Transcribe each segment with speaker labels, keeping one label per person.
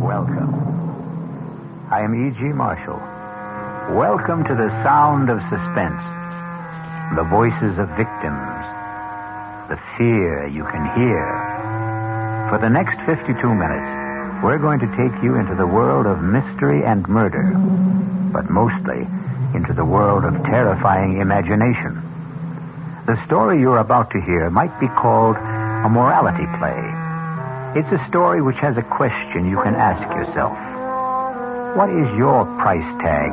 Speaker 1: Welcome. I am E.G. Marshall. Welcome to the sound of suspense, the voices of victims, the fear you can hear. For the next 52 minutes, we're going to take you into the world of mystery and murder, but mostly into the world of terrifying imagination. The story you're about to hear might be called a morality play. It's a story which has a question you can ask yourself. What is your price tag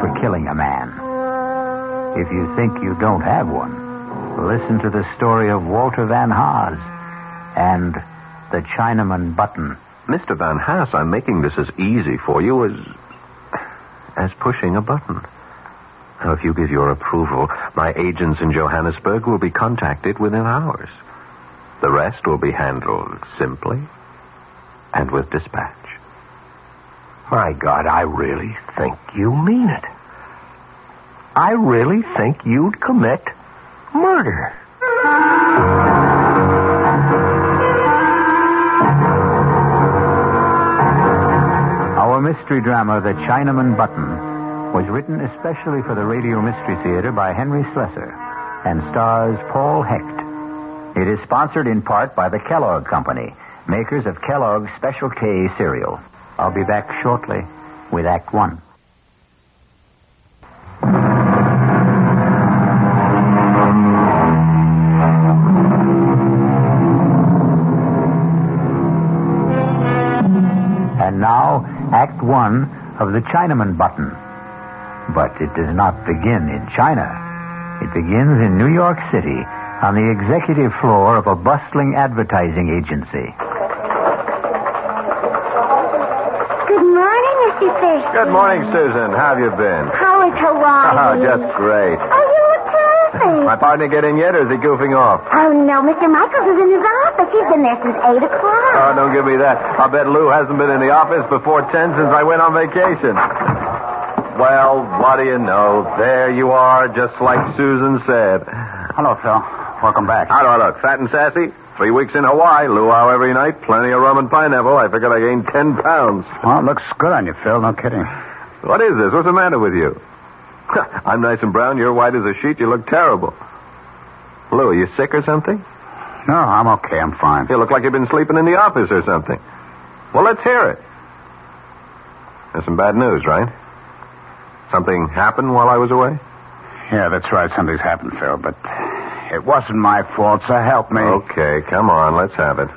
Speaker 1: for killing a man? If you think you don't have one, listen to the story of Walter Van Haas and the Chinaman Button.
Speaker 2: Mr. Van Haas, I'm making this as easy for you as. as pushing a button. Now, if you give your approval, my agents in Johannesburg will be contacted within hours. The rest will be handled simply and with dispatch.
Speaker 1: My God, I really think you mean it. I really think you'd commit murder. Our mystery drama, The Chinaman Button, was written especially for the Radio Mystery Theater by Henry Slessor and stars Paul Hecht. It is sponsored in part by the Kellogg Company, makers of Kellogg's Special K cereal. I'll be back shortly with Act One. And now, Act One of The Chinaman Button. But it does not begin in China. It begins in New York City on the executive floor of a bustling advertising agency.
Speaker 3: Good morning, Mr. Thurston.
Speaker 2: Good morning, Susan. How have you been?
Speaker 3: How is
Speaker 2: Oh,
Speaker 3: Hawaii?
Speaker 2: just great.
Speaker 3: Oh, you look perfect.
Speaker 2: My partner get in yet, or is he goofing off?
Speaker 3: Oh, no, Mr. Michaels is in his office. He's been there since 8 o'clock.
Speaker 2: Oh, don't give me that. I'll bet Lou hasn't been in the office before 10 since I went on vacation. Well, what do you know? There you are, just like Susan said.
Speaker 1: Hello, Phil. Welcome back.
Speaker 2: How do I look? Fat and sassy? Three weeks in Hawaii, luau every night, plenty of rum and pineapple. I figured I gained 10 pounds.
Speaker 1: Well, it looks good on you, Phil. No kidding.
Speaker 2: What is this? What's the matter with you? I'm nice and brown. You're white as a sheet. You look terrible. Lou, are you sick or something?
Speaker 1: No, I'm okay. I'm fine.
Speaker 2: You look like you've been sleeping in the office or something. Well, let's hear it. There's some bad news, right? Something happened while I was away?
Speaker 1: Yeah, that's right. Something's happened, Phil, but it wasn't my fault, so help me.
Speaker 2: Okay, come on. Let's have it.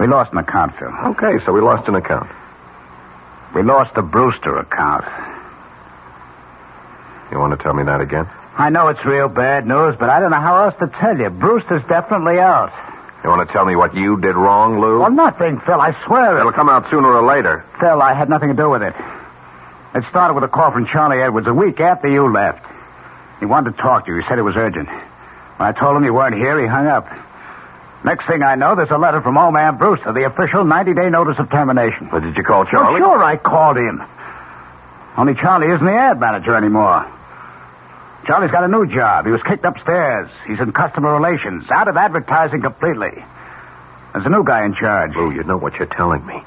Speaker 1: We lost an account, Phil.
Speaker 2: Okay, so we lost an account.
Speaker 1: We lost the Brewster account.
Speaker 2: You want to tell me that again?
Speaker 1: I know it's real bad news, but I don't know how else to tell you. Brewster's definitely out.
Speaker 2: You want to tell me what you did wrong, Lou?
Speaker 1: Well, nothing, Phil. I swear
Speaker 2: It'll
Speaker 1: it.
Speaker 2: come out sooner or later.
Speaker 1: Phil, I had nothing to do with it. It started with a call from Charlie Edwards a week after you left. He wanted to talk to you. He said it was urgent. When I told him you weren't here, he hung up. Next thing I know, there's a letter from old man Brewster, the official 90-day notice of termination.
Speaker 2: But did you call
Speaker 1: Well,
Speaker 2: Charlie?
Speaker 1: sure, I called him. Only Charlie isn't the ad manager anymore. Charlie's got a new job. He was kicked upstairs. He's in customer relations, out of advertising completely. There's a new guy in charge.
Speaker 2: Lou, you know what you're telling me.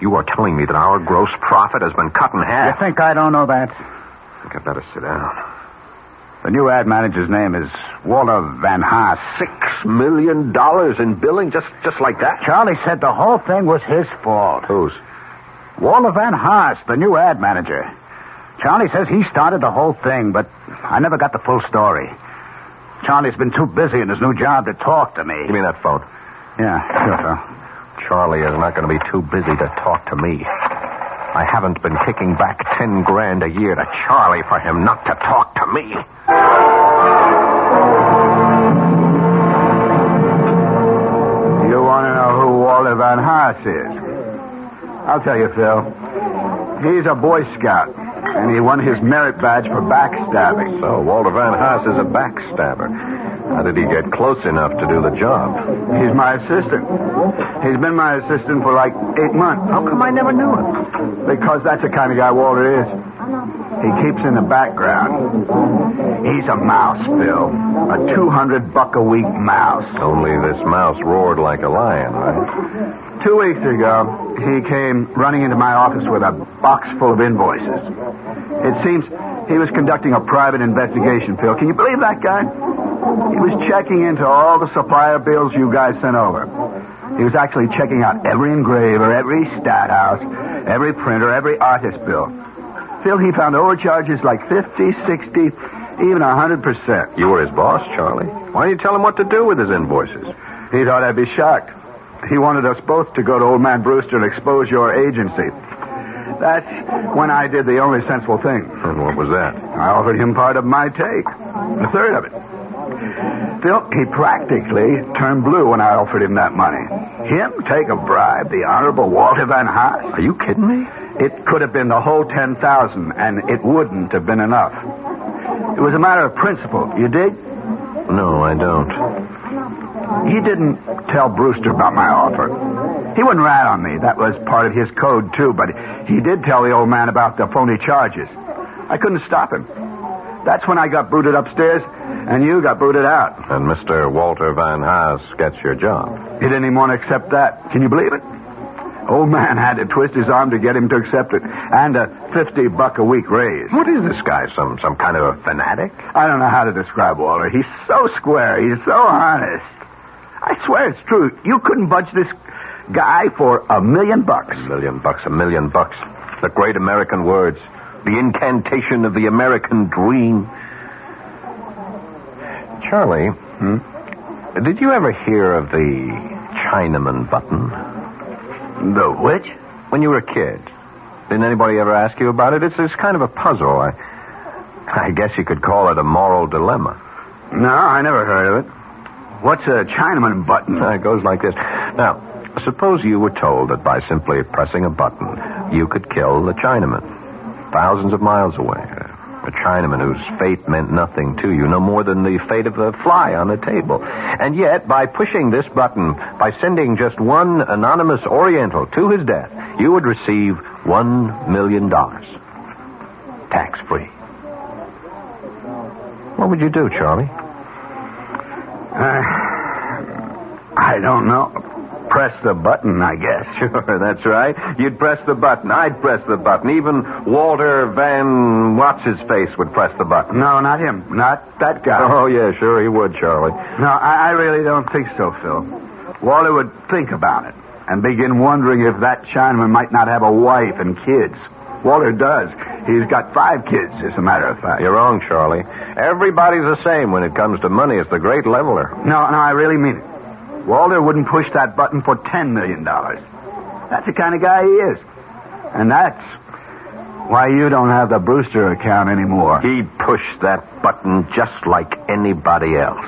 Speaker 2: You are telling me that our gross profit has been cut in
Speaker 1: You
Speaker 2: half.
Speaker 1: think I don't know that?
Speaker 2: I think I better sit down.
Speaker 1: The new ad manager's name is Walter Van Haas.
Speaker 2: Six million dollars in billing just just like that?
Speaker 1: Charlie said the whole thing was his fault.
Speaker 2: Whose?
Speaker 1: Walter Van Haas, the new ad manager. Charlie says he started the whole thing, but I never got the full story. Charlie's been too busy in his new job to talk to me.
Speaker 2: Give me that phone.
Speaker 1: Yeah, sure, Phil.
Speaker 2: Charlie is not going to be too busy to talk to me. I haven't been kicking back ten grand a year to Charlie for him not to talk to me.
Speaker 1: You want to know who Walter Van Haas is? I'll tell you, Phil. He's a Boy Scout, and he won his merit badge for backstabbing.
Speaker 2: So Walter Van Haas is a backstabber. How did he get close enough to do the job?
Speaker 1: He's my assistant. He's been my assistant for like eight months. How come I never knew him? Because that's the kind of guy Walter is. He keeps in the background. He's a mouse, Phil. A 200 buck a week mouse.
Speaker 2: Only this mouse roared like a lion, right?
Speaker 1: Two weeks ago, he came running into my office with a box full of invoices. It seems he was conducting a private investigation, Phil. Can you believe that guy? He was checking into all the supplier bills you guys sent over. He was actually checking out every engraver, every stat house, every printer, every artist bill. Phil, he found overcharges like 50, 60, even 100%.
Speaker 2: You were his boss, Charlie. Why do you tell him what to do with his invoices?
Speaker 1: He thought I'd be shocked. He wanted us both to go to Old Man Brewster and expose your agency. That's when I did the only sensible thing.
Speaker 2: And what was that?
Speaker 1: I offered him part of my take, a third of it. Phil, he practically turned blue when I offered him that money. Him take a bribe, the Honorable Walter Van Haas.
Speaker 2: Are you kidding me?
Speaker 1: It could have been the whole 10,000, and it wouldn't have been enough. It was a matter of principle, you dig?
Speaker 2: No, I don't.
Speaker 1: He didn't tell Brewster about my offer. He wouldn't rat on me. That was part of his code, too, but he did tell the old man about the phony charges. I couldn't stop him. That's when I got booted upstairs, and you got booted out.
Speaker 2: And Mr. Walter Van Haas gets your job.
Speaker 1: He didn't even want to accept that. Can you believe it? Old man had to twist his arm to get him to accept it, and a 50 buck a week raise.
Speaker 2: What is this guy? Some some kind of a fanatic?
Speaker 1: I don't know how to describe Walter. He's so square. He's so honest. I swear it's true. You couldn't budge this guy for a million bucks.
Speaker 2: A million bucks, a million bucks. The great American words. The incantation of the American dream. Charlie, did you ever hear of the Chinaman button?
Speaker 1: The which?
Speaker 2: When you were a kid, didn't anybody ever ask you about it? It's, it's kind of a puzzle. I, I guess you could call it a moral dilemma.
Speaker 1: No, I never heard of it. What's a Chinaman button?
Speaker 2: Uh, It goes like this. Now, suppose you were told that by simply pressing a button, you could kill the Chinaman, thousands of miles away. A Chinaman whose fate meant nothing to you, no more than the fate of a fly on a table. And yet, by pushing this button, by sending just one anonymous Oriental to his death, you would receive one million dollars. Tax free. What would you do, Charlie? Uh,
Speaker 1: I don't know. Press the button, I guess.
Speaker 2: Sure, that's right. You'd press the button. I'd press the button. Even Walter Van What's his face would press the button.
Speaker 1: No, not him. Not that guy.
Speaker 2: Oh, yeah, sure, he would, Charlie.
Speaker 1: No, I, I really don't think so, Phil. Walter would think about it and begin wondering if that Chinaman might not have a wife and kids. Walter does. He's got five kids, as a matter of fact.
Speaker 2: You're wrong, Charlie. Everybody's the same when it comes to money. It's the great leveler.
Speaker 1: No, no, I really mean it. Walter wouldn't push that button for $10 million. That's the kind of guy he is. And that's why you don't have the Brewster account anymore.
Speaker 2: He'd push that button just like anybody else.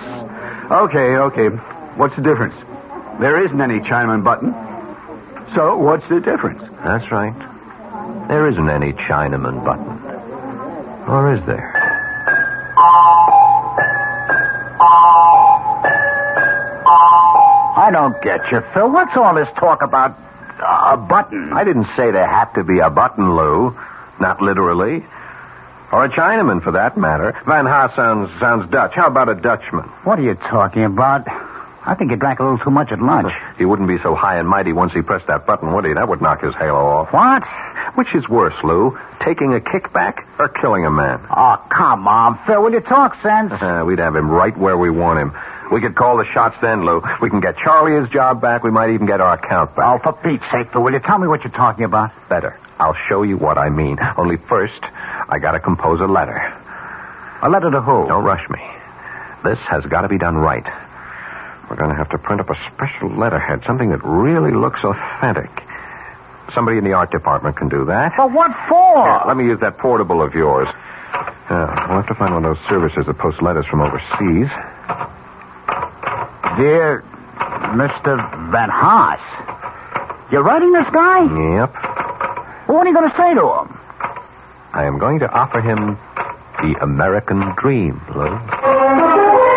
Speaker 1: Okay, okay. What's the difference? There isn't any Chinaman button. So what's the difference?
Speaker 2: That's right. There isn't any Chinaman button. Or is there?
Speaker 1: I don't get you, Phil. What's all this talk about
Speaker 2: uh,
Speaker 1: a button?
Speaker 2: I didn't say there had to be a button, Lou. Not literally. Or a Chinaman, for that matter. Van Haas sounds, sounds Dutch. How about a Dutchman?
Speaker 1: What are you talking about? I think you drank a little too much at lunch.
Speaker 2: He wouldn't be so high and mighty once he pressed that button, would he? That would knock his halo off.
Speaker 1: What?
Speaker 2: Which is worse, Lou? Taking a kickback or killing a man?
Speaker 1: Oh, come on, Phil. Will you talk sense?
Speaker 2: Uh, we'd have him right where we want him. We could call the shots then, Lou. We can get Charlie his job back. We might even get our account back.
Speaker 1: Oh, for Pete's sake, Lou, will you tell me what you're talking about?
Speaker 2: Better. I'll show you what I mean. Only first, I gotta compose a letter.
Speaker 1: A letter to who?
Speaker 2: Don't rush me. This has got to be done right. We're going to have to print up a special letterhead, something that really looks authentic. Somebody in the art department can do that.
Speaker 1: For what for?
Speaker 2: Here, let me use that portable of yours. Yeah, we'll have to find one of those services that post letters from overseas.
Speaker 1: Dear Mr. Van Haas, you're writing this guy?
Speaker 2: Yep.
Speaker 1: Well, what are you going to say to him?
Speaker 2: I am going to offer him the American dream, Lou.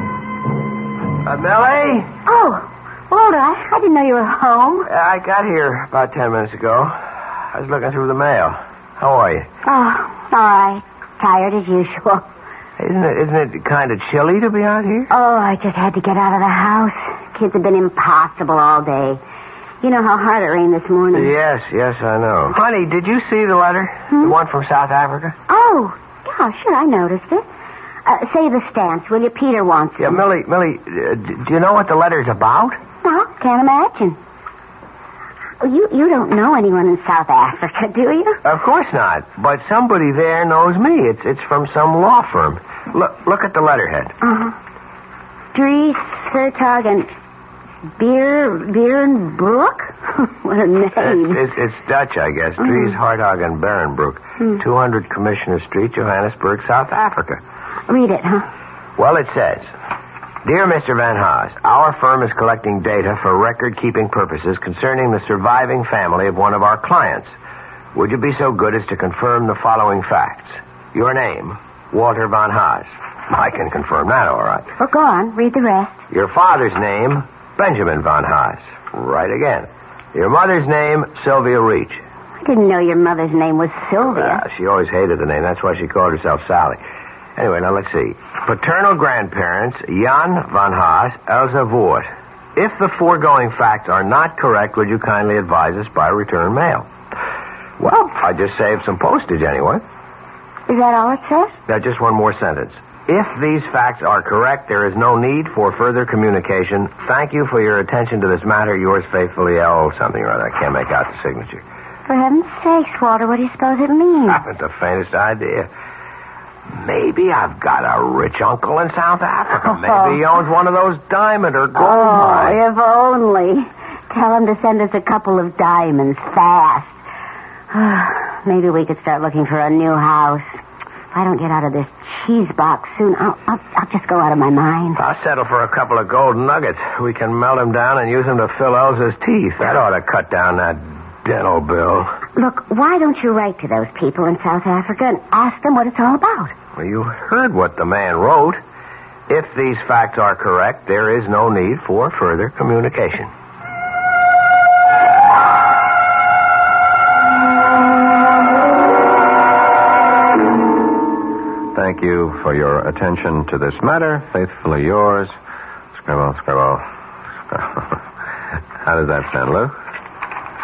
Speaker 4: Uh, Millie?
Speaker 3: Oh, Walter, I, I didn't know you were home.
Speaker 4: Uh, I got here about ten minutes ago. I was looking through the mail. How are you?
Speaker 3: Oh, all right. Tired as usual.
Speaker 4: Isn't it, isn't it kind of chilly to be out here?
Speaker 3: Oh, I just had to get out of the house. Kids have been impossible all day. You know how hard it rained this morning.
Speaker 4: Yes, yes, I know. Honey, did you see the letter? The one from South Africa?
Speaker 3: Hmm? Oh, gosh, sure, I noticed it. Uh, say the stamps, will you? Peter wants
Speaker 4: Yeah,
Speaker 3: them.
Speaker 4: Millie, Millie, uh, d- do you know what the letter's about?
Speaker 3: No, can't imagine. Oh, You you don't know anyone in South Africa, do you?
Speaker 4: Of course not. But somebody there knows me. It's it's from some law firm. Look look at the letterhead.
Speaker 3: Dries, Sertog, and Beer, Beer and Brook? what a name.
Speaker 4: It's, it's, it's Dutch, I guess.
Speaker 3: Mm-hmm.
Speaker 4: Dries Hartog and Berenbroek,
Speaker 3: Mm.
Speaker 4: 200 Commissioner Street, Johannesburg, South Africa.
Speaker 3: Read it, huh?
Speaker 4: Well, it says, Dear Mr. Van Haas, our firm is collecting data for record-keeping purposes concerning the surviving family of one of our clients. Would you be so good as to confirm the following facts? Your name, Walter Van Haas. I can confirm that, all right.
Speaker 3: Well, go on. Read the rest.
Speaker 4: Your father's name, Benjamin Van Haas. Right again. Your mother's name, Sylvia Reach.
Speaker 3: I didn't know your mother's name was Sylvia.
Speaker 4: Yeah, she always hated the name. That's why she called herself Sally. Anyway, now let's see. Paternal grandparents, Jan van Haas, Elsa Voort. If the foregoing facts are not correct, would you kindly advise us by return mail? Well, I just saved some postage anyway.
Speaker 3: Is that all it says?
Speaker 4: Now, just one more sentence. If these facts are correct, there is no need for further communication. Thank you for your attention to this matter. Yours faithfully, L. Something or other. I can't make out the signature.
Speaker 3: For heaven's sakes, Walter, what do you suppose it means?
Speaker 4: haven't the faintest idea. Maybe I've got a rich uncle in South Africa. Maybe he owns one of those diamond or gold
Speaker 3: Oh,
Speaker 4: mines.
Speaker 3: if only. Tell him to send us a couple of diamonds fast. Maybe we could start looking for a new house. If I don't get out of this cheese box soon, I'll, I'll, I'll just go out of my mind.
Speaker 4: I'll settle for a couple of gold nuggets. We can melt them down and use them to fill Elsa's teeth. That ought to cut down that dental bill.
Speaker 3: Look, why don't you write to those people in South Africa and ask them what it's all about?
Speaker 4: Well, you heard what the man wrote. If these facts are correct, there is no need for further communication.
Speaker 2: Thank you for your attention to this matter. Faithfully yours. Scribble, scribble. scribble. How does that sound, Lou?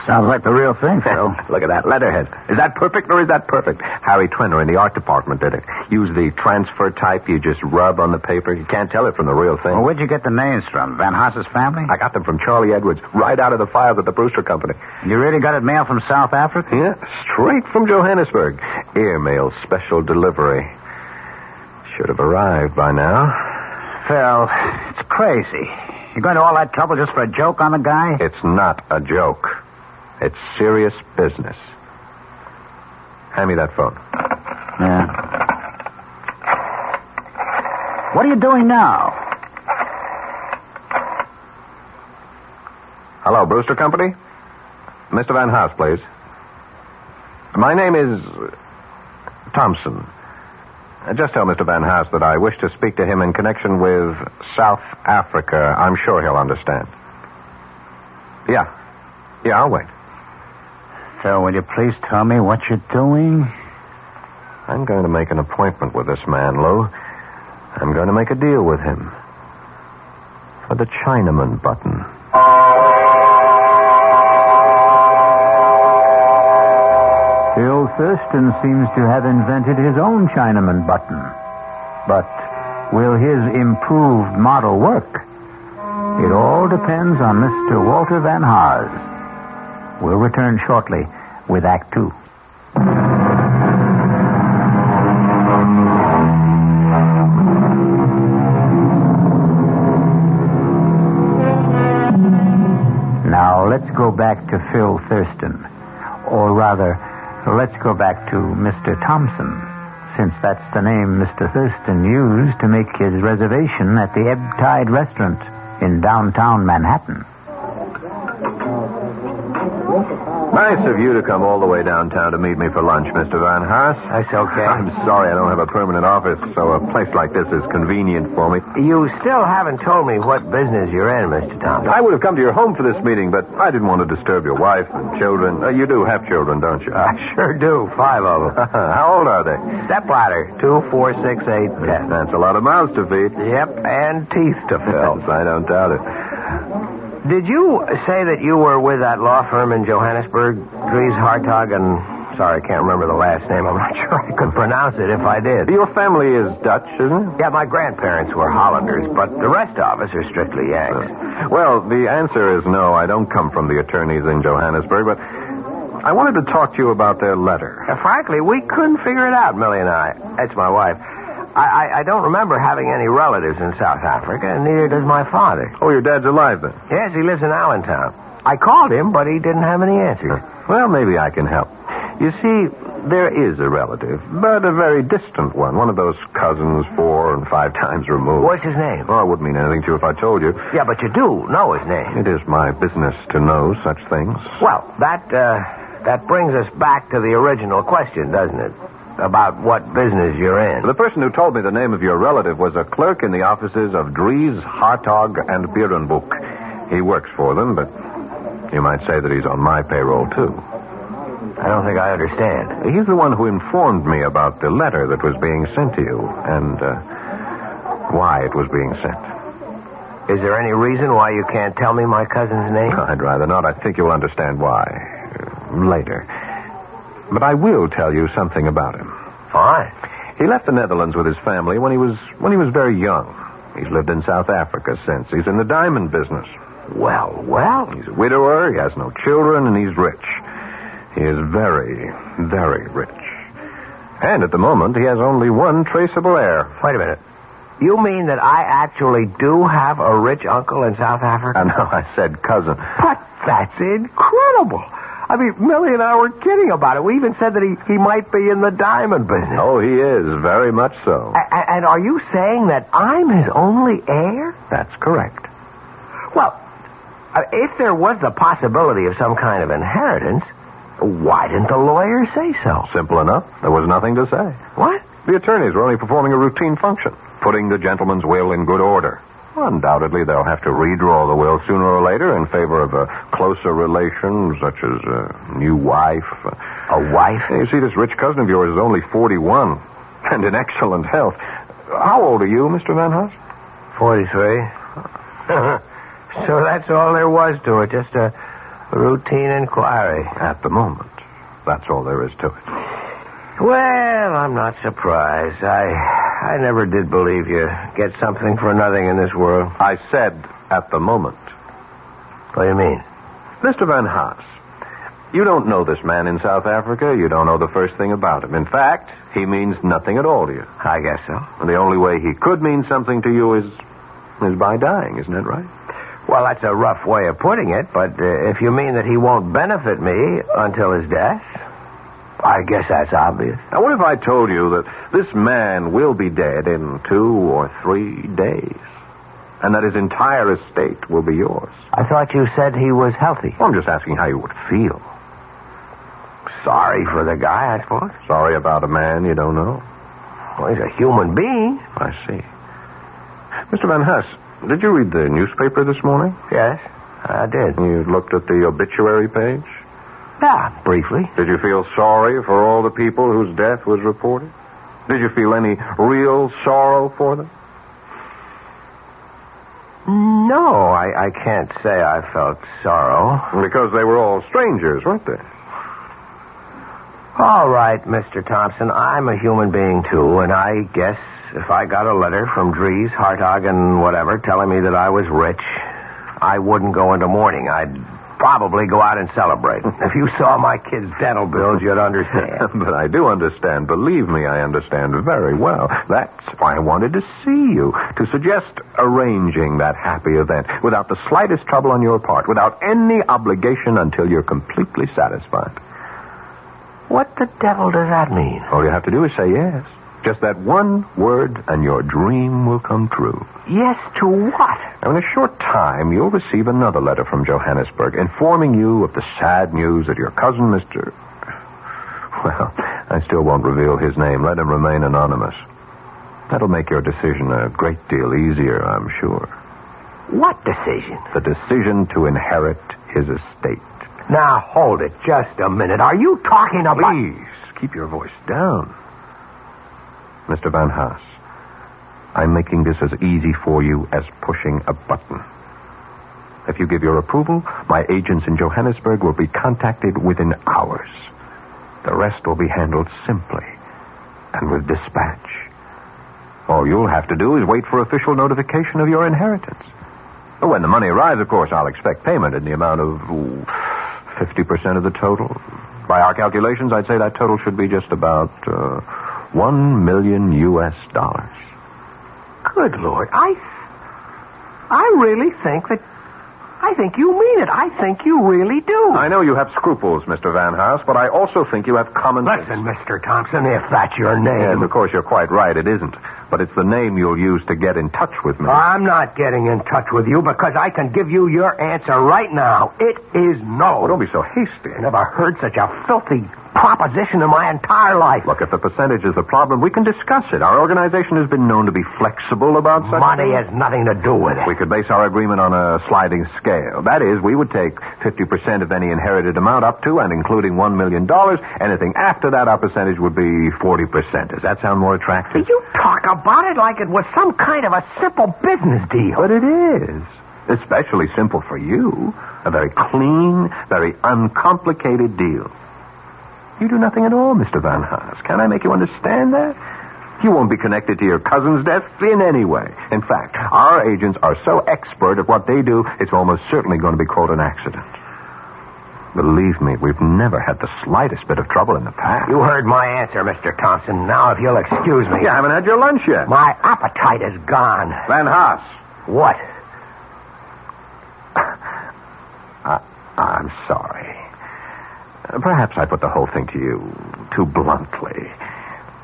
Speaker 1: Sounds like the real thing, Phil.
Speaker 2: Look at that letterhead. Is that perfect or is that perfect? Harry Twinner in the art department did it. Use the transfer type you just rub on the paper. You can't tell it from the real thing.
Speaker 1: well, where'd you get the names from? Van Haas's family?
Speaker 2: I got them from Charlie Edwards, right out of the files at the Brewster Company.
Speaker 1: You really got it mailed from South Africa?
Speaker 2: Yeah, straight from Johannesburg. Airmail special delivery. Should have arrived by now.
Speaker 1: Phil, it's crazy. You're going to all that trouble just for a joke on the guy?
Speaker 2: It's not a joke. It's serious business. Hand me that phone.
Speaker 1: Yeah. What are you doing now?
Speaker 2: Hello, Brewster Company? Mr. Van Haas, please. My name is uh, Thompson. Uh, Just tell Mr. Van Haas that I wish to speak to him in connection with South Africa. I'm sure he'll understand. Yeah. Yeah, I'll wait.
Speaker 1: Phil, will you please tell me what you're doing?
Speaker 2: I'm going to make an appointment with this man, Lou. I'm going to make a deal with him. For the Chinaman button.
Speaker 1: Phil Thurston seems to have invented his own Chinaman button.
Speaker 5: But will his improved model work? It all depends on Mr. Walter Van Haas. We'll return shortly with Act Two. Now, let's go back to Phil Thurston. Or rather, let's go back to Mr. Thompson, since that's the name Mr. Thurston used to make his reservation at the Ebb Tide restaurant in downtown Manhattan.
Speaker 2: Nice of you to come all the way downtown to meet me for lunch, Mr. Van Haas.
Speaker 1: That's okay.
Speaker 2: I'm sorry I don't have a permanent office, so a place like this is convenient for me.
Speaker 1: You still haven't told me what business you're in, Mr. Thompson.
Speaker 2: I would have come to your home for this meeting, but I didn't want to disturb your wife and children. Uh, you do have children, don't you?
Speaker 1: I sure do. Five of them.
Speaker 2: How old are they?
Speaker 1: Stepladder. Two, four, six, eight, ten.
Speaker 2: That's a lot of mouths to feed.
Speaker 1: Yep, and teeth to fill.
Speaker 2: I don't doubt it.
Speaker 1: Did you say that you were with that law firm in Johannesburg, Dries Hartog and... Sorry, I can't remember the last name. I'm not sure I could pronounce it if I did.
Speaker 2: Your family is Dutch, isn't it?
Speaker 1: Yeah, my grandparents were Hollanders, but the rest of us are strictly Yanks.
Speaker 2: Well, the answer is no. I don't come from the attorneys in Johannesburg, but I wanted to talk to you about their letter.
Speaker 1: Now, Uh, frankly, we couldn't figure it out, Millie and I. That's my wife. I, I, I don't remember having any relatives in South Africa, and neither does my father.
Speaker 2: Oh, your dad's alive then?
Speaker 1: Yes, he lives in Allentown. I called him, but he didn't have any answers.
Speaker 2: Well, maybe I can help. You see, there is a relative, but a very distant one. One of those cousins four and five times removed.
Speaker 1: What's his name?
Speaker 2: Well, it wouldn't mean anything to you if I told you.
Speaker 1: Yeah, but you do know his name.
Speaker 2: It is my business to know such things.
Speaker 1: Well, that uh, that brings us back to the original question, doesn't it? About what business you're in.
Speaker 2: The person who told me the name of your relative was a clerk in the offices of Dries, Hartog, and Bierenbuch. He works for them, but you might say that he's on my payroll, too.
Speaker 1: I don't think I understand.
Speaker 2: He's the one who informed me about the letter that was being sent to you and uh, why it was being sent.
Speaker 1: Is there any reason why you can't tell me my cousin's name?
Speaker 2: I'd rather not. I think you'll understand why uh, later. But I will tell you something about him.
Speaker 1: Fine.
Speaker 2: He left the Netherlands with his family when he was when he was very young. He's lived in South Africa since. He's in the diamond business.
Speaker 1: Well, well.
Speaker 2: He's a widower, he has no children, and he's rich. He is very, very rich. And at the moment, he has only one traceable heir.
Speaker 1: Wait a minute. You mean that I actually do have a rich uncle in South Africa?
Speaker 2: I know I said cousin.
Speaker 1: But that's incredible. I mean, Millie and I were kidding about it. We even said that he, he might be in the diamond business.
Speaker 2: Oh, he is, very much so.
Speaker 1: A- a- and are you saying that I'm his only heir?
Speaker 2: That's correct.
Speaker 1: Well, uh, if there was the possibility of some kind of inheritance, why didn't the lawyer say so?
Speaker 2: Simple enough. There was nothing to say.
Speaker 1: What?
Speaker 2: The attorneys were only performing a routine function, putting the gentleman's will in good order. Undoubtedly, they'll have to redraw the will sooner or later in favor of a closer relation, such as a new wife.
Speaker 1: A wife?
Speaker 2: You see, this rich cousin of yours is only 41 and in excellent health. How old are you, Mr. Van Haas?
Speaker 1: 43. so that's all there was to it, just a routine inquiry.
Speaker 2: At the moment. That's all there is to it.
Speaker 1: Well, I'm not surprised. I I never did believe you get something for nothing in this world.
Speaker 2: I said at the moment.
Speaker 1: What do you mean?
Speaker 2: Mr. Van Haas, you don't know this man in South Africa. You don't know the first thing about him. In fact, he means nothing at all to you.
Speaker 1: I guess so.
Speaker 2: And the only way he could mean something to you is is by dying, isn't that right?
Speaker 1: Well, that's a rough way of putting it, but uh, if you mean that he won't benefit me until his death, I guess that's obvious.
Speaker 2: Now, what if I told you that this man will be dead in two or three days, and that his entire estate will be yours?
Speaker 1: I thought you said he was healthy.
Speaker 2: Well, I'm just asking how you would feel.
Speaker 1: Sorry for the guy, I suppose.
Speaker 2: Sorry about a man you don't know.
Speaker 1: Well, he's a human being.
Speaker 2: I see. Mr. Van Huss, did you read the newspaper this morning?
Speaker 1: Yes, I did.
Speaker 2: You looked at the obituary page?
Speaker 1: Yeah, ah, briefly.
Speaker 2: Did you feel sorry for all the people whose death was reported? Did you feel any real sorrow for them?
Speaker 1: No, I, I can't say I felt sorrow.
Speaker 2: Because they were all strangers, weren't they?
Speaker 1: All right, Mr. Thompson, I'm a human being too, and I guess
Speaker 4: if I got a letter from Dries, Hartog, and whatever telling me that I was rich, I wouldn't go into mourning. I'd probably go out and celebrate. if you saw my kids' dental bills, you'd understand.
Speaker 2: but I do understand. Believe me, I understand very well. That's why I wanted to see you, to suggest arranging that happy event without the slightest trouble on your part, without any obligation until you're completely satisfied.
Speaker 4: what the devil does that mean?
Speaker 2: All you have to do is say yes. Just that one word, and your dream will come true.
Speaker 4: Yes to what?
Speaker 2: Now, in a short time, you'll receive another letter from Johannesburg informing you of the sad news that your cousin, Mr. Well, I still won't reveal his name. Let him remain anonymous. That'll make your decision a great deal easier, I'm sure.
Speaker 4: What decision?
Speaker 2: The decision to inherit his estate.
Speaker 4: Now, hold it just a minute. Are you talking about...
Speaker 2: Please, keep your voice down. Mr. Van Haas, I'm making this as easy for you as pushing a button. If you give your approval, my agents in Johannesburg will be contacted within hours. The rest will be handled simply and with dispatch. All you'll have to do is wait for official notification of your inheritance. When the money arrives, of course, I'll expect payment in the amount of ooh, 50% of the total. By our calculations, I'd say that total should be just about uh, 1 million U.S. dollars.
Speaker 4: Good Lord, I, I really think that, I think you mean it. I think you really do.
Speaker 2: I know you have scruples, Mr. Van Haas, but I also think you have common
Speaker 4: Listen, Mr. Thompson, if that's your
Speaker 2: Yes,
Speaker 4: name,
Speaker 2: of course, you're quite right. It isn't. But it's the name you'll use to get in touch with me.
Speaker 4: I'm not getting in touch with you because I can give you your answer right now. It is no.
Speaker 2: Oh, don't be so hasty.
Speaker 4: I never heard such a filthy proposition in my entire life.
Speaker 2: Look, if the percentage is the problem, we can discuss it. Our organization has been known to be flexible about such
Speaker 4: money
Speaker 2: things.
Speaker 4: has nothing to do with it.
Speaker 2: We could base our agreement on a sliding scale. That is, we would take 50% of any inherited amount up to and including $1 million. Anything after that, our percentage would be 40%. Does that sound more attractive?
Speaker 4: You talk about it like it was some kind of a simple business deal.
Speaker 2: But it is. Especially simple for you. A very clean, very uncomplicated deal. You do nothing at all, Mr. Van Haas. Can I make you understand that? You won't be connected to your cousin's death in any way. In fact, our agents are so expert at what they do, it's almost certainly going to be called an accident. Believe me, we've never had the slightest bit of trouble in the past.
Speaker 4: You heard my answer, Mr. Thompson. Now, if you'll excuse me.
Speaker 2: You haven't had your lunch yet.
Speaker 4: My appetite is gone.
Speaker 2: Van Haas,
Speaker 4: What?
Speaker 2: I'm sorry. Uh, Perhaps I put the whole thing to you too bluntly.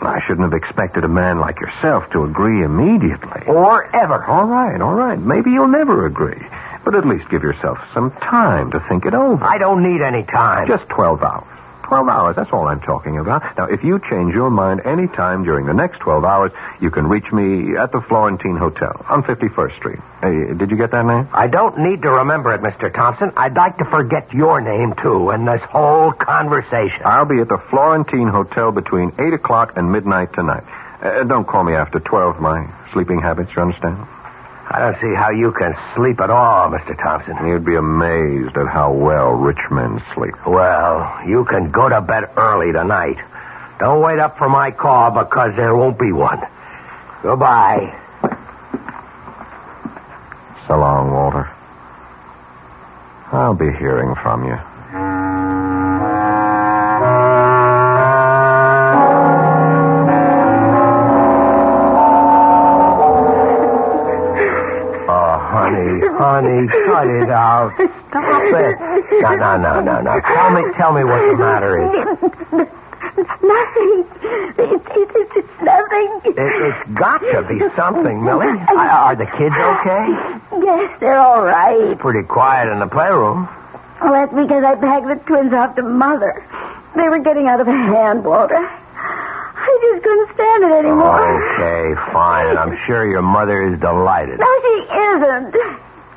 Speaker 2: I shouldn't have expected a man like yourself to agree immediately.
Speaker 4: Or ever.
Speaker 2: All right, all right. Maybe you'll never agree. But at least give yourself some time to think it over.
Speaker 4: I don't need any time.
Speaker 2: Just 12 hours. 12 hours, that's all I'm talking about. Now, if you change your mind any time during the next 12 hours, you can reach me at the Florentine Hotel on 51st Street. Hey, did you get that name?
Speaker 4: I don't need to remember it, Mr. Thompson. I'd like to forget your name, too, and this whole conversation.
Speaker 2: I'll be at the Florentine Hotel between 8 o'clock and midnight tonight. Uh, don't call me after 12, my sleeping habits, you understand?
Speaker 4: I don't see how you can sleep at all, Mr. Thompson.
Speaker 2: You'd be amazed at how well rich men sleep.
Speaker 4: Well, you can go to bed early tonight. Don't wait up for my call because there won't be one. Goodbye.
Speaker 2: So long, Walter. I'll be hearing from you.
Speaker 4: Oh, honey, honey, cut it out. Stop it. No, no, no, no, no. Tell me, tell me what the matter is.
Speaker 3: Nothing. It's, it's, it's, it's nothing.
Speaker 4: It, it's got to be something, Millie. Are are the kids okay?
Speaker 3: Yes, they're all right.
Speaker 4: Pretty quiet in the playroom.
Speaker 3: Well, that's because I bagged the twins off to Mother. They were getting out of hand, Walter. I just couldn't stand it anymore.
Speaker 4: Okay, fine. I'm sure your mother is delighted.
Speaker 3: No, she isn't.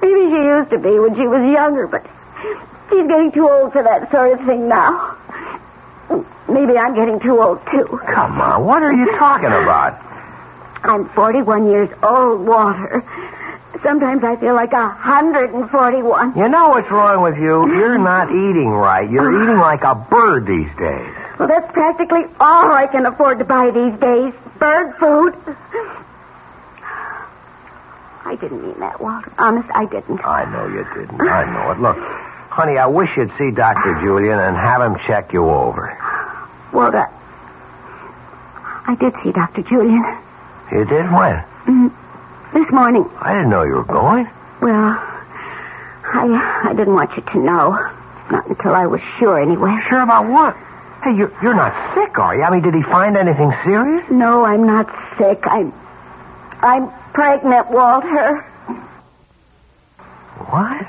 Speaker 3: Maybe she used to be when she was younger, but she's getting too old for that sort of thing now. Maybe I'm getting too old, too.
Speaker 4: Come on, what are you talking about?
Speaker 3: I'm 41 years old, Walter. Sometimes I feel like a 141.
Speaker 4: You know what's wrong with you? You're not eating right. You're eating like a bird these days.
Speaker 3: Well, that's practically all I can afford to buy these days. Bird food. I didn't mean that, Walter. Honest, I didn't.
Speaker 6: I know you didn't. I know it. Look, honey, I wish you'd see Dr. Julian and have him check you over.
Speaker 3: Walter, I did see Dr. Julian
Speaker 6: You did when?
Speaker 3: Mm, this morning.
Speaker 6: I didn't know you were going.
Speaker 3: Well, I, I didn't want you to know. Not until I was sure, anyway.
Speaker 6: Sure about what? Hey, you're, you're not sick, are you? I mean, did he find anything serious?
Speaker 3: No, I'm not sick. I'm. I'm pregnant, Walter.
Speaker 6: What?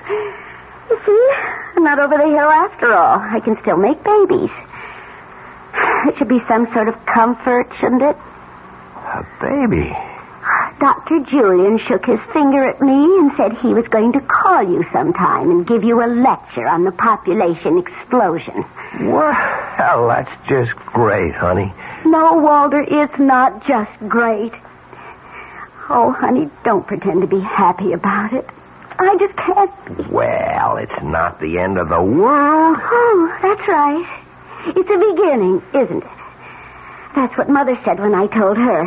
Speaker 3: You see, I'm not over the hill after all. I can still make babies. It should be some sort of comfort, shouldn't it?
Speaker 6: A baby.
Speaker 3: Dr. Julian shook his finger at me and said he was going to call you sometime and give you a lecture on the population explosion.
Speaker 6: Well, that's just great, honey.
Speaker 3: No, Walter, it's not just great. Oh, honey, don't pretend to be happy about it. I just can't.
Speaker 6: Well, it's not the end of the world.
Speaker 3: Oh, that's right. It's a beginning, isn't it? That's what Mother said when I told her.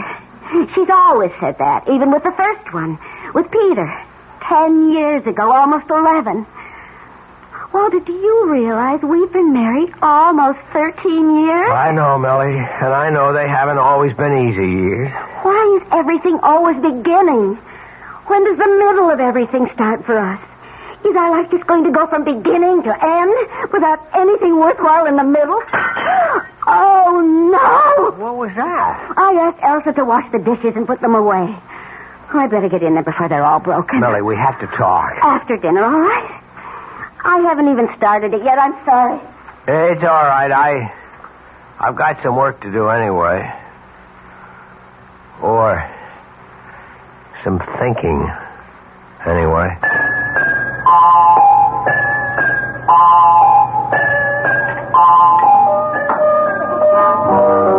Speaker 3: She's always said that, even with the first one, with Peter. Ten years ago, almost eleven. Walter, do you realize we've been married almost 13 years?
Speaker 6: I know, Melly, and I know they haven't always been easy years.
Speaker 3: Why is everything always beginning? When does the middle of everything start for us? Is our life just going to go from beginning to end without anything worthwhile in the middle? Oh, no!
Speaker 6: What was that?
Speaker 3: I asked Elsa to wash the dishes and put them away. Oh, I better get in there before they're all broken.
Speaker 6: Melly, we have to talk.
Speaker 3: After dinner, all right? I haven't even started it yet. I'm sorry.
Speaker 6: It's all right. I, I've got some work to do anyway. Or some thinking, anyway.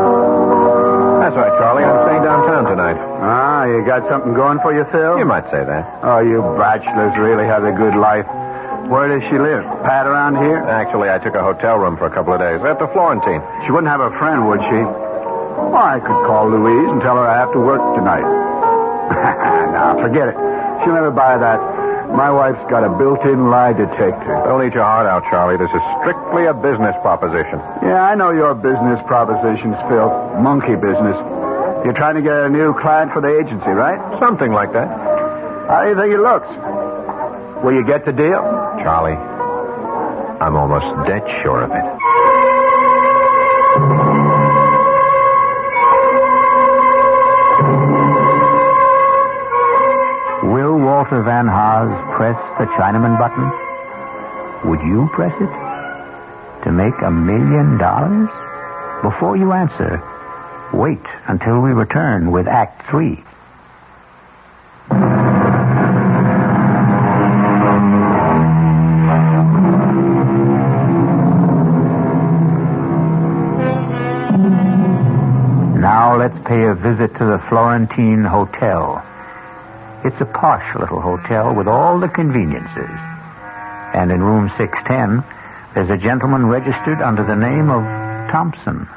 Speaker 2: That's right, Charlie. I'm staying downtown tonight.
Speaker 1: Ah, you got something going for you, Phil?
Speaker 2: You might say that.
Speaker 1: Oh, you bachelors really have a good life. Where does she live? Pat around here?
Speaker 2: Actually, I took a hotel room for a couple of days at the Florentine.
Speaker 1: She wouldn't have a friend, would she? Oh, I could call Louise and tell her I have to work tonight. now, forget it. She'll never buy that. My wife's got a built-in lie detector.
Speaker 2: Don't eat your heart out, Charlie. This is strictly a business proposition.
Speaker 1: Yeah, I know your business propositions, Phil. Monkey business. You're trying to get a new client for the agency, right?
Speaker 2: Something like that.
Speaker 1: How do you think it looks? Will you get the deal?
Speaker 2: Charlie, I'm almost dead sure of it.
Speaker 1: Will Walter Van Haas press the Chinaman button? Would you press it? To make a million dollars? Before you answer, wait until we return with Act Three. Now let's pay a visit to the Florentine Hotel. It's a posh little hotel with all the conveniences. And in room 610, there's a gentleman registered under the name of Thompson.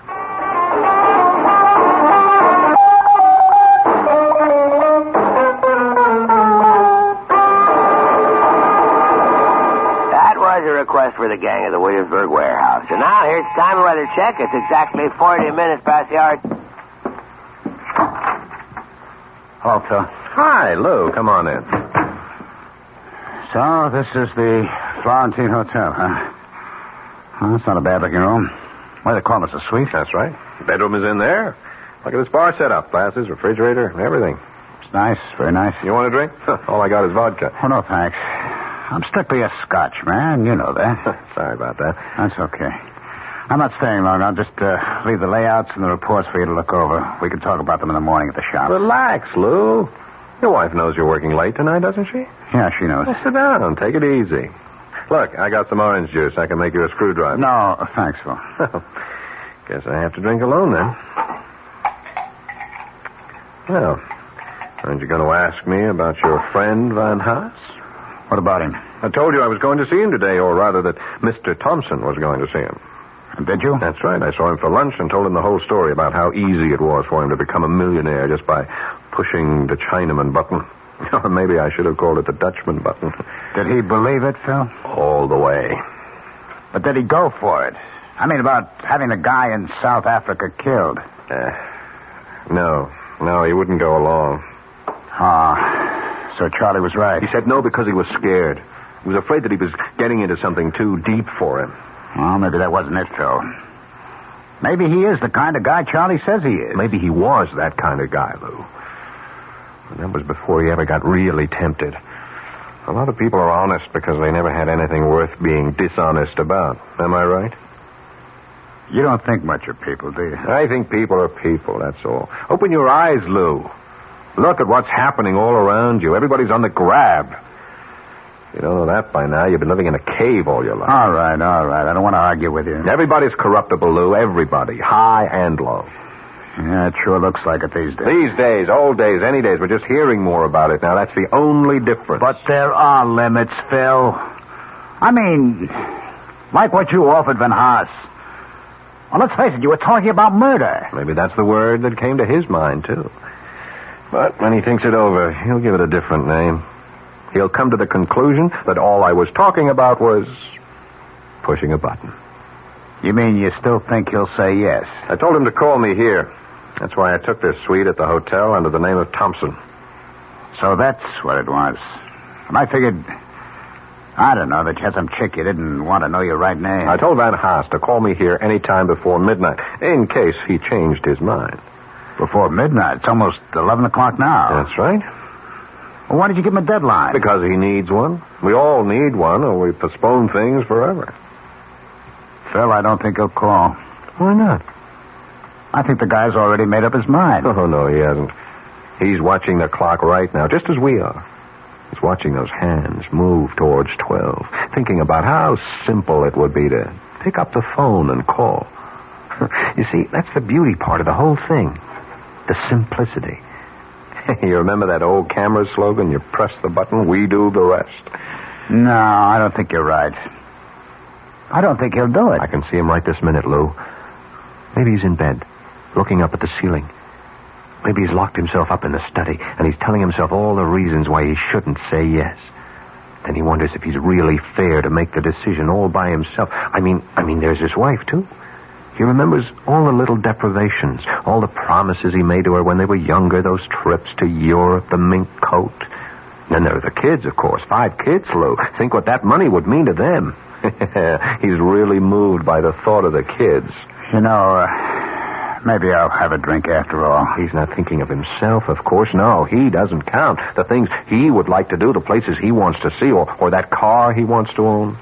Speaker 6: That was a request for the gang of the Williamsburg warehouse. And now here's time and weather check. It's exactly 40 minutes past the hour.
Speaker 1: Hello, Phil.
Speaker 2: Hi, Lou. Come on in.
Speaker 1: So, this is the Florentine Hotel, huh? Well, that's not a bad looking room. Why, they call this a suite.
Speaker 2: That's right. Bedroom is in there. Look at this bar setup. Glasses, refrigerator, everything.
Speaker 1: It's nice, very nice.
Speaker 2: You want a drink? Huh, All I got is vodka.
Speaker 1: Oh, no, thanks. I'm strictly a Scotch man. You know that.
Speaker 2: Sorry about that.
Speaker 1: That's okay. I'm not staying long. I'll just uh, leave the layouts and the reports for you to look over. We can talk about them in the morning at the shop.
Speaker 2: Relax, Lou. Your wife knows you're working late tonight, doesn't she?
Speaker 1: yeah, she knows.
Speaker 2: Well, sit down. Take it easy. Look, I got some orange juice. I can make you a screwdriver.
Speaker 1: No, thanks, Phil.
Speaker 2: Guess I have to drink alone then. Well, aren't you going to ask me about your friend, Van Haas?
Speaker 1: What about him?
Speaker 2: I told you I was going to see him today, or rather that Mr. Thompson was going to see him.
Speaker 7: Did you?
Speaker 2: That's right. I saw him for lunch and told him the whole story about how easy it was for him to become a millionaire just by pushing the Chinaman button. Or maybe I should have called it the Dutchman button.
Speaker 7: Did he believe it, Phil?
Speaker 2: All the way.
Speaker 7: But did he go for it? I mean, about having a guy in South Africa killed.
Speaker 2: Eh, no, no, he wouldn't go along.
Speaker 7: Ah, so Charlie was right.
Speaker 2: He said no because he was scared. He was afraid that he was getting into something too deep for him.
Speaker 7: Well, maybe that wasn't it, Phil. Maybe he is the kind of guy Charlie says he is.
Speaker 2: Maybe he was that kind of guy, Lou. And that was before he ever got really tempted. A lot of people are honest because they never had anything worth being dishonest about. Am I right?
Speaker 7: You don't think much of people, do you?
Speaker 2: I think people are people, that's all. Open your eyes, Lou. Look at what's happening all around you. Everybody's on the grab. You don't know that by now. You've been living in a cave all your life.
Speaker 7: All right, all right. I don't want to argue with you.
Speaker 2: Everybody's corruptible, Lou. Everybody, high and low.
Speaker 7: Yeah, it sure looks like it these days.
Speaker 2: These days, old days, any days, we're just hearing more about it now. That's the only difference.
Speaker 7: But there are limits, Phil. I mean, like what you offered Van Haas. Well, let's face it, you were talking about murder.
Speaker 2: maybe that's the word that came to his mind, too. But when he thinks it over, he'll give it a different name. He'll come to the conclusion that all I was talking about was pushing a button.
Speaker 7: You mean you still think he'll say yes?
Speaker 2: I told him to call me here. That's why I took this suite at the hotel under the name of Thompson.
Speaker 7: So that's what it was. And I figured, I don't know, that you had some chick you didn't want to know your right name.
Speaker 2: I told Van Haas to call me here any time before midnight, in case he changed his mind.
Speaker 7: Before midnight. It's almost 11 o'clock now.
Speaker 2: That's right.
Speaker 7: Well, why did you give him a deadline?
Speaker 2: Because he needs one. We all need one, or we postpone things forever.
Speaker 7: Phil, I don't think he'll call.
Speaker 2: Why not?
Speaker 7: I think the guy's already made up his mind.
Speaker 2: Oh, no, he hasn't. He's watching the clock right now, just as we are. He's watching those hands move towards 12, thinking about how simple it would be to pick up the phone and call. you see, that's the beauty part of the whole thing the simplicity. you remember that old camera slogan? You press the button, we do the rest.
Speaker 7: No, I don't think you're right. I don't think he'll do it.
Speaker 2: I can see him right this minute, Lou. Maybe he's in bed, looking up at the ceiling. Maybe he's locked himself up in the study, and he's telling himself all the reasons why he shouldn't say yes. Then he wonders if he's really fair to make the decision all by himself. I mean, I mean, there's his wife too. He remembers all the little deprivations, all the promises he made to her when they were younger, those trips to Europe, the mink coat. Then there are the kids, of course. Five kids, Lou. Think what that money would mean to them. He's really moved by the thought of the kids.
Speaker 7: You know, uh, maybe I'll have a drink after all.
Speaker 2: He's not thinking of himself, of course. No, he doesn't count. The things he would like to do, the places he wants to see, or, or that car he wants to own.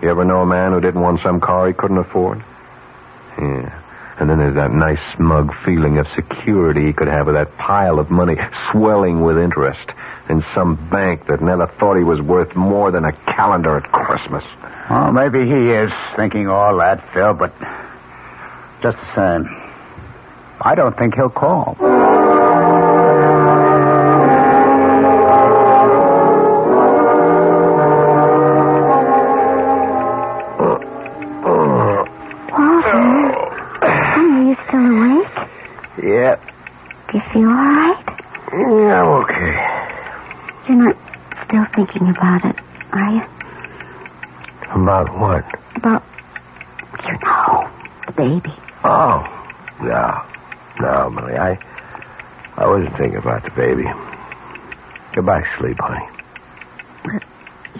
Speaker 2: You ever know a man who didn't want some car he couldn't afford? Yeah. And then there's that nice, smug feeling of security he could have with that pile of money swelling with interest in some bank that never thought he was worth more than a calendar at Christmas.
Speaker 7: Well, maybe he is thinking all that, Phil, but just the same, I don't think he'll call.
Speaker 3: Walter, honey, are you still awake?
Speaker 8: Yeah.
Speaker 3: Do you feel all right?
Speaker 8: Yeah, I'm okay.
Speaker 3: You're not still thinking about it, are you?
Speaker 8: About what?
Speaker 3: About, you know, the baby.
Speaker 8: Oh. No. No, Millie. I I wasn't thinking about the baby. Go back to sleep, honey.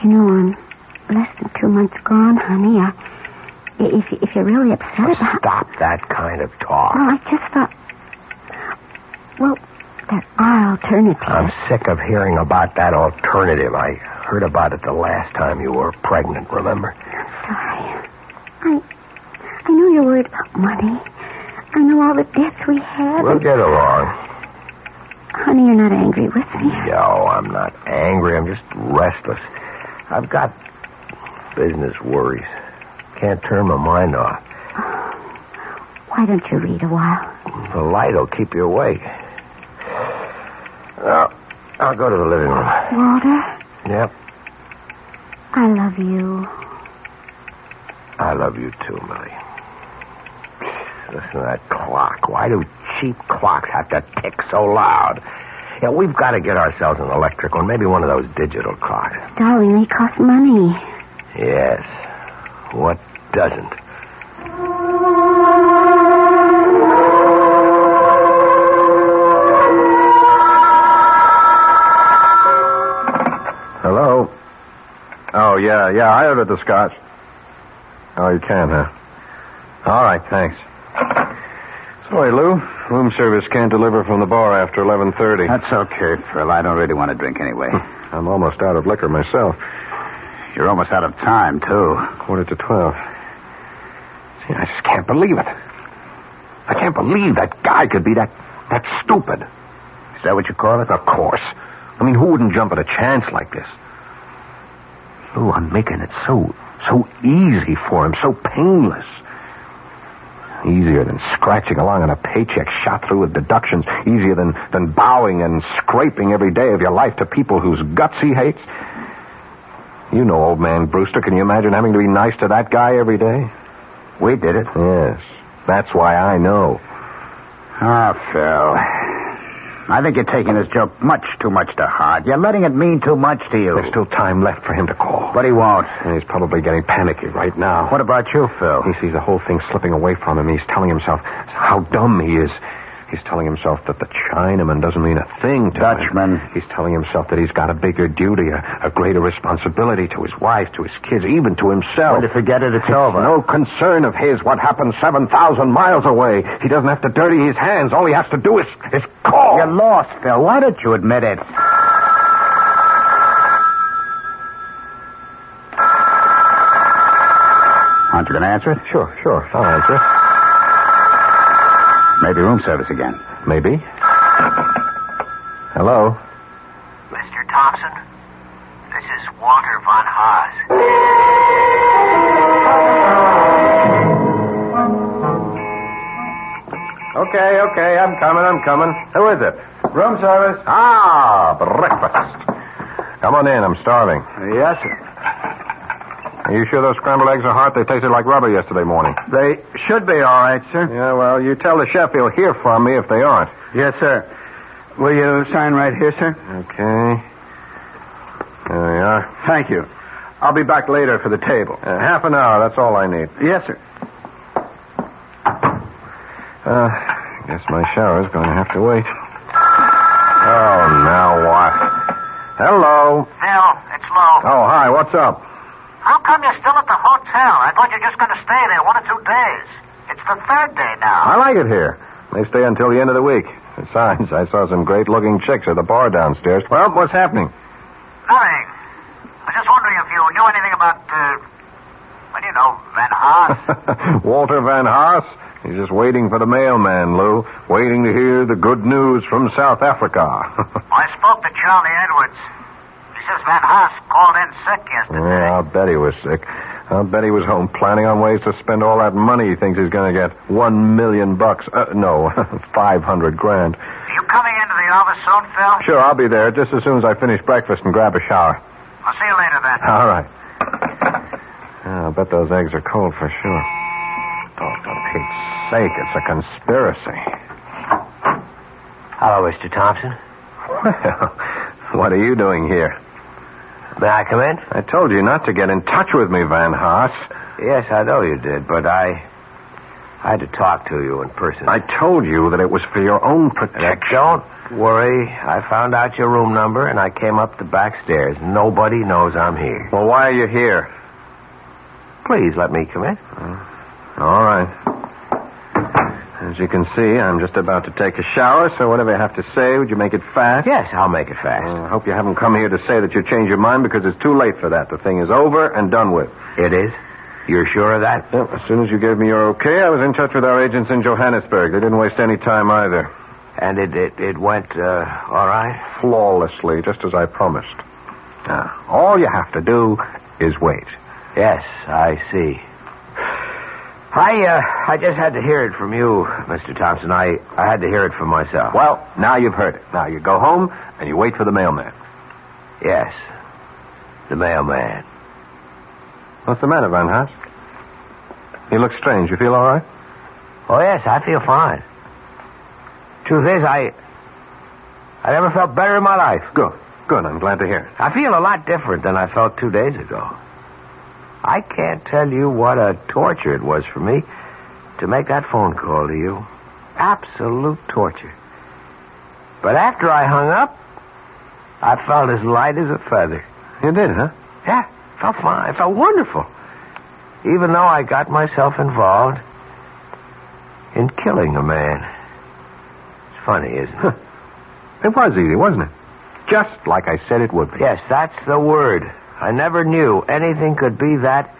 Speaker 3: You know, I'm less than two months gone, honey. I, if, if you're really upset about
Speaker 8: Stop that kind of talk.
Speaker 3: Well, I just thought. Well, there are alternatives.
Speaker 8: I'm sick of hearing about that alternative. I heard about it the last time you were pregnant, remember?
Speaker 3: Sorry. I, I know you're worried about money. I know all the debts we have.
Speaker 8: We'll get along.
Speaker 3: Honey, you're not angry with me.
Speaker 8: No, I'm not angry. I'm just restless. I've got business worries. Can't turn my mind off.
Speaker 3: Why don't you read a while?
Speaker 8: The light will keep you awake. Well, I'll go to the living room.
Speaker 3: Walter,
Speaker 8: Yep,
Speaker 3: I love you.
Speaker 8: I love you too, Millie.
Speaker 4: Listen to that clock. Why do cheap clocks have to tick so loud? Yeah, we've got to get ourselves an electric one, maybe one of those digital clocks.
Speaker 3: Darling, they cost money.
Speaker 4: Yes. What doesn't?
Speaker 2: Hello? Oh, yeah, yeah, I ordered the scotch. Oh, you can, huh? All right, thanks. Sorry, Lou. Room service can't deliver from the bar after 11.30.
Speaker 1: That's okay, Phil. I don't really want to drink anyway.
Speaker 2: I'm almost out of liquor myself.
Speaker 1: You're almost out of time, too.
Speaker 2: Quarter to 12.
Speaker 4: See, I just can't believe it. I can't believe that guy could be that that stupid. Is that what you call it? Of course.
Speaker 2: I mean, who wouldn't jump at a chance like this? Lou, I'm making it so, so easy for him, so painless. Easier than scratching along on a paycheck shot through with deductions. Easier than, than bowing and scraping every day of your life to people whose guts he hates. You know old man Brewster. Can you imagine having to be nice to that guy every day?
Speaker 4: We did it.
Speaker 2: Yes. That's why I know.
Speaker 1: Ah, Phil. I think you're taking this joke much too much to heart. You're letting it mean too much to you.
Speaker 2: There's still time left for him to call.
Speaker 1: But he won't.
Speaker 2: And he's probably getting panicky right now.
Speaker 1: What about you, Phil?
Speaker 2: He sees the whole thing slipping away from him. He's telling himself how dumb he is. He's telling himself that the Chinaman doesn't mean a thing to
Speaker 1: Dutchman.
Speaker 2: him. He's telling himself that he's got a bigger duty, a, a greater responsibility to his wife, to his kids, even to himself.
Speaker 1: When you forget it, it's
Speaker 2: It's
Speaker 1: over.
Speaker 2: no concern of his what happens 7,000 miles away. He doesn't have to dirty his hands. All he has to do is, is call.
Speaker 1: You're lost, Phil. Why don't you admit it? Aren't you going to answer it?
Speaker 2: Sure, sure. I'll answer.
Speaker 1: Maybe room service again.
Speaker 2: Maybe. Hello?
Speaker 4: Mr. Thompson, this is Walter Von Haas.
Speaker 2: Okay, okay, I'm coming, I'm coming. Who is it? Room service. Ah, breakfast. Come on in, I'm starving.
Speaker 1: Yes, sir.
Speaker 2: Are you sure those scrambled eggs are hot? They tasted like rubber yesterday morning.
Speaker 1: They should be all right, sir.
Speaker 2: Yeah, well, you tell the chef he'll hear from me if they aren't.
Speaker 1: Yes, sir. Will you sign right here, sir?
Speaker 2: Okay. There they are.
Speaker 1: Thank you. I'll be back later for the table.
Speaker 2: Uh, half an hour, that's all I need.
Speaker 1: Yes, sir.
Speaker 2: Uh, I guess my shower's going to have to wait. Oh, now what? Hello.
Speaker 4: Phil, it's Lowe.
Speaker 2: Oh, hi, what's up?
Speaker 4: How come you're still at the hotel? I thought you were just going to stay there one or two days. It's the third day
Speaker 2: I
Speaker 4: now.
Speaker 2: like it here. They stay until the end of the week. Besides, I saw some great looking chicks at the bar downstairs. Well, what's happening?
Speaker 4: Nothing. I was just wondering if you knew anything about, uh, well, you know, Van Haas.
Speaker 2: Walter Van Haas? He's just waiting for the mailman, Lou. Waiting to hear the good news from South Africa.
Speaker 4: I spoke to Charlie Edwards. He says Van Haas called in sick yesterday.
Speaker 2: yeah, I'll bet he was sick. I'll bet he was home planning on ways to spend all that money he thinks he's going to get. One million bucks. Uh, no, 500 grand.
Speaker 4: Are you coming into the office soon, Phil?
Speaker 2: Sure, I'll be there just as soon as I finish breakfast and grab a shower.
Speaker 4: I'll see you later then.
Speaker 2: All right. Yeah, I'll bet those eggs are cold for sure. Oh, for Pete's sake, it's a conspiracy.
Speaker 4: Hello, Mr. Thompson.
Speaker 2: Well, what are you doing here?
Speaker 4: May I come in?
Speaker 2: I told you not to get in touch with me, Van Haas.
Speaker 4: Yes, I know you did, but I. I had to talk to you in person.
Speaker 2: I told you that it was for your own
Speaker 4: Now,
Speaker 2: protection.
Speaker 4: don't worry. I found out your room number and I came up the back stairs. Nobody knows I'm here.
Speaker 2: Well, why are you here? Uh,
Speaker 4: Please let me come in.
Speaker 2: All right. As you can see, I'm just about to take a shower, so whatever you have to say, would you make it fast?
Speaker 4: Yes, I'll make it fast.
Speaker 2: Uh, I hope you haven't come here to say that you changed your mind because it's too late for that. The thing is over and done with.
Speaker 4: It is. You're sure of that?
Speaker 2: Yep, as soon as you gave me your okay, I was in touch with our agents in Johannesburg. They didn't waste any time either.
Speaker 4: And it it, it went uh, all right.
Speaker 2: Flawlessly, just as I promised. Now, all you have to do is wait.
Speaker 4: Yes, I see. I uh, I just had to hear it from you, Mr. Thompson. I I had to hear it from myself.
Speaker 2: Well, now you've heard it. Now you go home and you wait for the mailman.
Speaker 4: Yes, the mailman.
Speaker 2: What's the matter, Van Haas? You look strange. You feel all right?
Speaker 9: Oh, yes, I feel fine. Truth is, I. I never felt better in my life.
Speaker 7: Good. Good. I'm glad to hear it.
Speaker 9: I feel a lot different than I felt two days ago. I can't tell you what a torture it was for me to make that phone call to you. Absolute torture. But after I hung up, I felt as light as a feather.
Speaker 7: You did, huh?
Speaker 9: Yeah, felt fine. Felt wonderful. Even though I got myself involved in killing a man. It's funny, isn't it?
Speaker 7: It was easy, wasn't it? Just like I said it would be.
Speaker 9: Yes, that's the word. I never knew anything could be that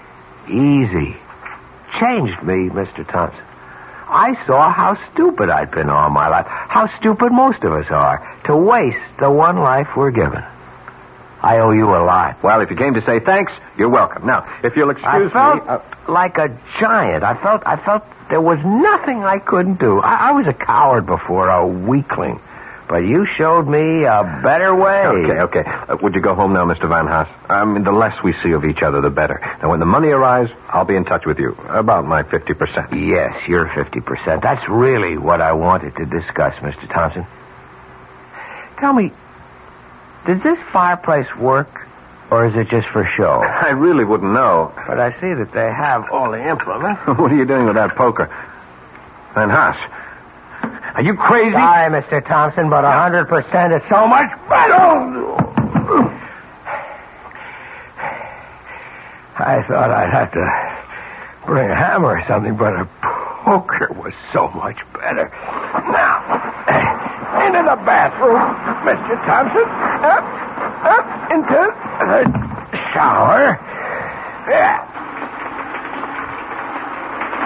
Speaker 9: easy. Changed me, Mr. Thompson. I saw how stupid I'd been all my life, how stupid most of us are, to waste the one life we're given. I owe you a lot.
Speaker 7: Well, if you came to say thanks, you're welcome. Now, if you'll
Speaker 9: I
Speaker 7: excuse
Speaker 9: felt
Speaker 7: me. uh,
Speaker 9: like a giant. I felt I felt there was nothing I couldn't do. I, I was a coward before, a weakling. But you showed me a better way.
Speaker 7: Okay, okay. Uh, would you go home now, Mr. Van Haas? I mean, the less we see of each other, the better. Now, when the money arrives, I'll be in touch with you about my 50%.
Speaker 9: Yes, you're 50%. That's really what I wanted to discuss, Mr. Thompson. Tell me, does this fireplace work, or is it just for show?
Speaker 7: I really wouldn't know.
Speaker 9: But I see that they have all the implements.
Speaker 7: what are you doing with that poker? Van Haas, are you crazy?
Speaker 9: Sorry, Mr. Thompson, but 100% is so much better. I thought I'd have to bring a hammer or something, but a poker was so much better. Now, into the bathroom, Mr. Thompson. Up, up into the shower. Yeah.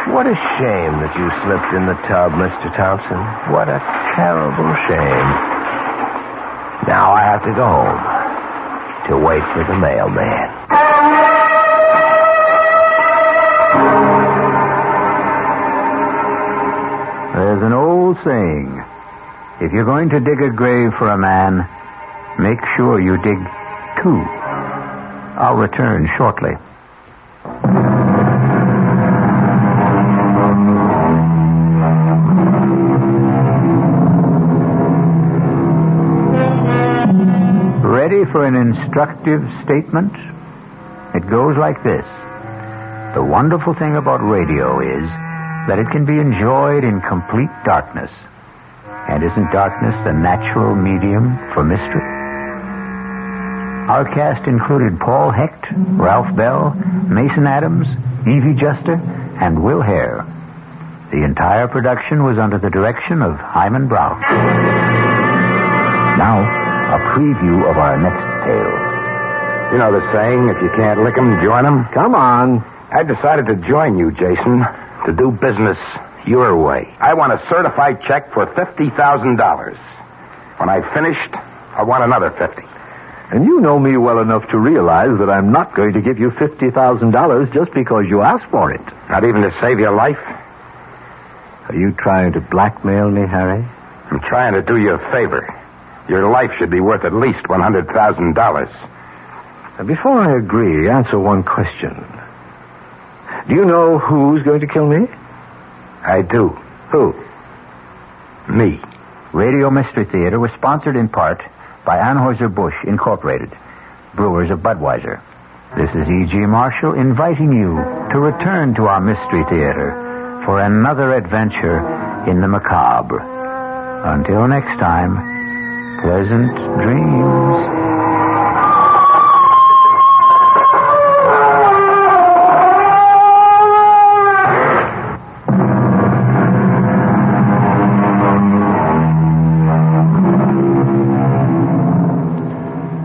Speaker 9: What a shame that you slipped in the tub, Mr. Thompson. What a terrible shame. Now I have to go home to wait for the mailman.
Speaker 1: There's an old saying if you're going to dig a grave for a man, make sure you dig two. I'll return shortly. Ready for an instructive statement? It goes like this. The wonderful thing about radio is that it can be enjoyed in complete darkness. And isn't darkness the natural medium for mystery? Our cast included Paul Hecht, Ralph Bell, Mason Adams, Evie Juster, and Will Hare. The entire production was under the direction of Hyman Brown. Now, a preview of our next tale.
Speaker 7: You know the saying, if you can't lick 'em, join 'em? Come on. I decided to join you, Jason, to do business your way. I want a certified check for $50,000. When I've finished, I want another 50.
Speaker 2: And you know me well enough to realize that I'm not going to give you $50,000 just because you asked for it.
Speaker 7: Not even to save your life.
Speaker 2: Are you trying to blackmail me, Harry?
Speaker 7: I'm trying to do you a favor. Your life should be worth at least $100,000.
Speaker 2: Now, Before I agree, answer one question. Do you know who's going to kill me?
Speaker 7: I do. Who? Me.
Speaker 1: Radio Mystery Theater was sponsored in part by Anheuser-Busch Incorporated, brewers of Budweiser. This is E.G. Marshall inviting you to return to our Mystery Theater for another adventure in the macabre. Until next time, pleasant dreams.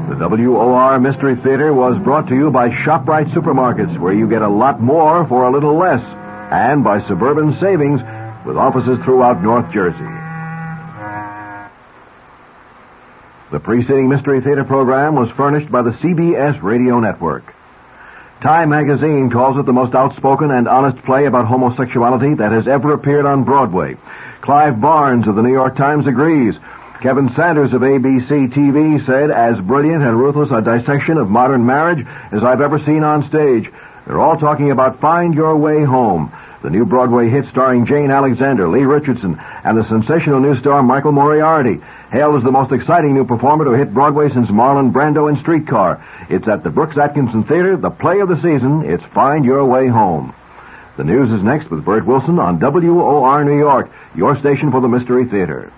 Speaker 2: The WOR Mystery Theater was brought to you by ShopRite Supermarkets, where you get a lot more for a little less, and by Suburban Savings, with offices throughout North Jersey. The preceding Mystery Theater program was furnished by the CBS Radio Network. Time magazine calls it the most outspoken and honest play about homosexuality that has ever appeared on Broadway. Clive Barnes of the New York Times agrees. Kevin Sanders of ABC TV said, as brilliant and ruthless a dissection of modern marriage as I've ever seen on stage. They're all talking about Find Your Way Home. the new Broadway hit starring Jane Alexander, Lee Richardson, and the sensational new star Michael Moriarty, hailed as the most exciting new performer to hit Broadway since Marlon Brando in Streetcar. It's at the Brooks Atkinson Theater, the play of the season. It's Find Your Way Home. The news is next with Bert Wilson on WOR New York, your station for the Mystery Theater.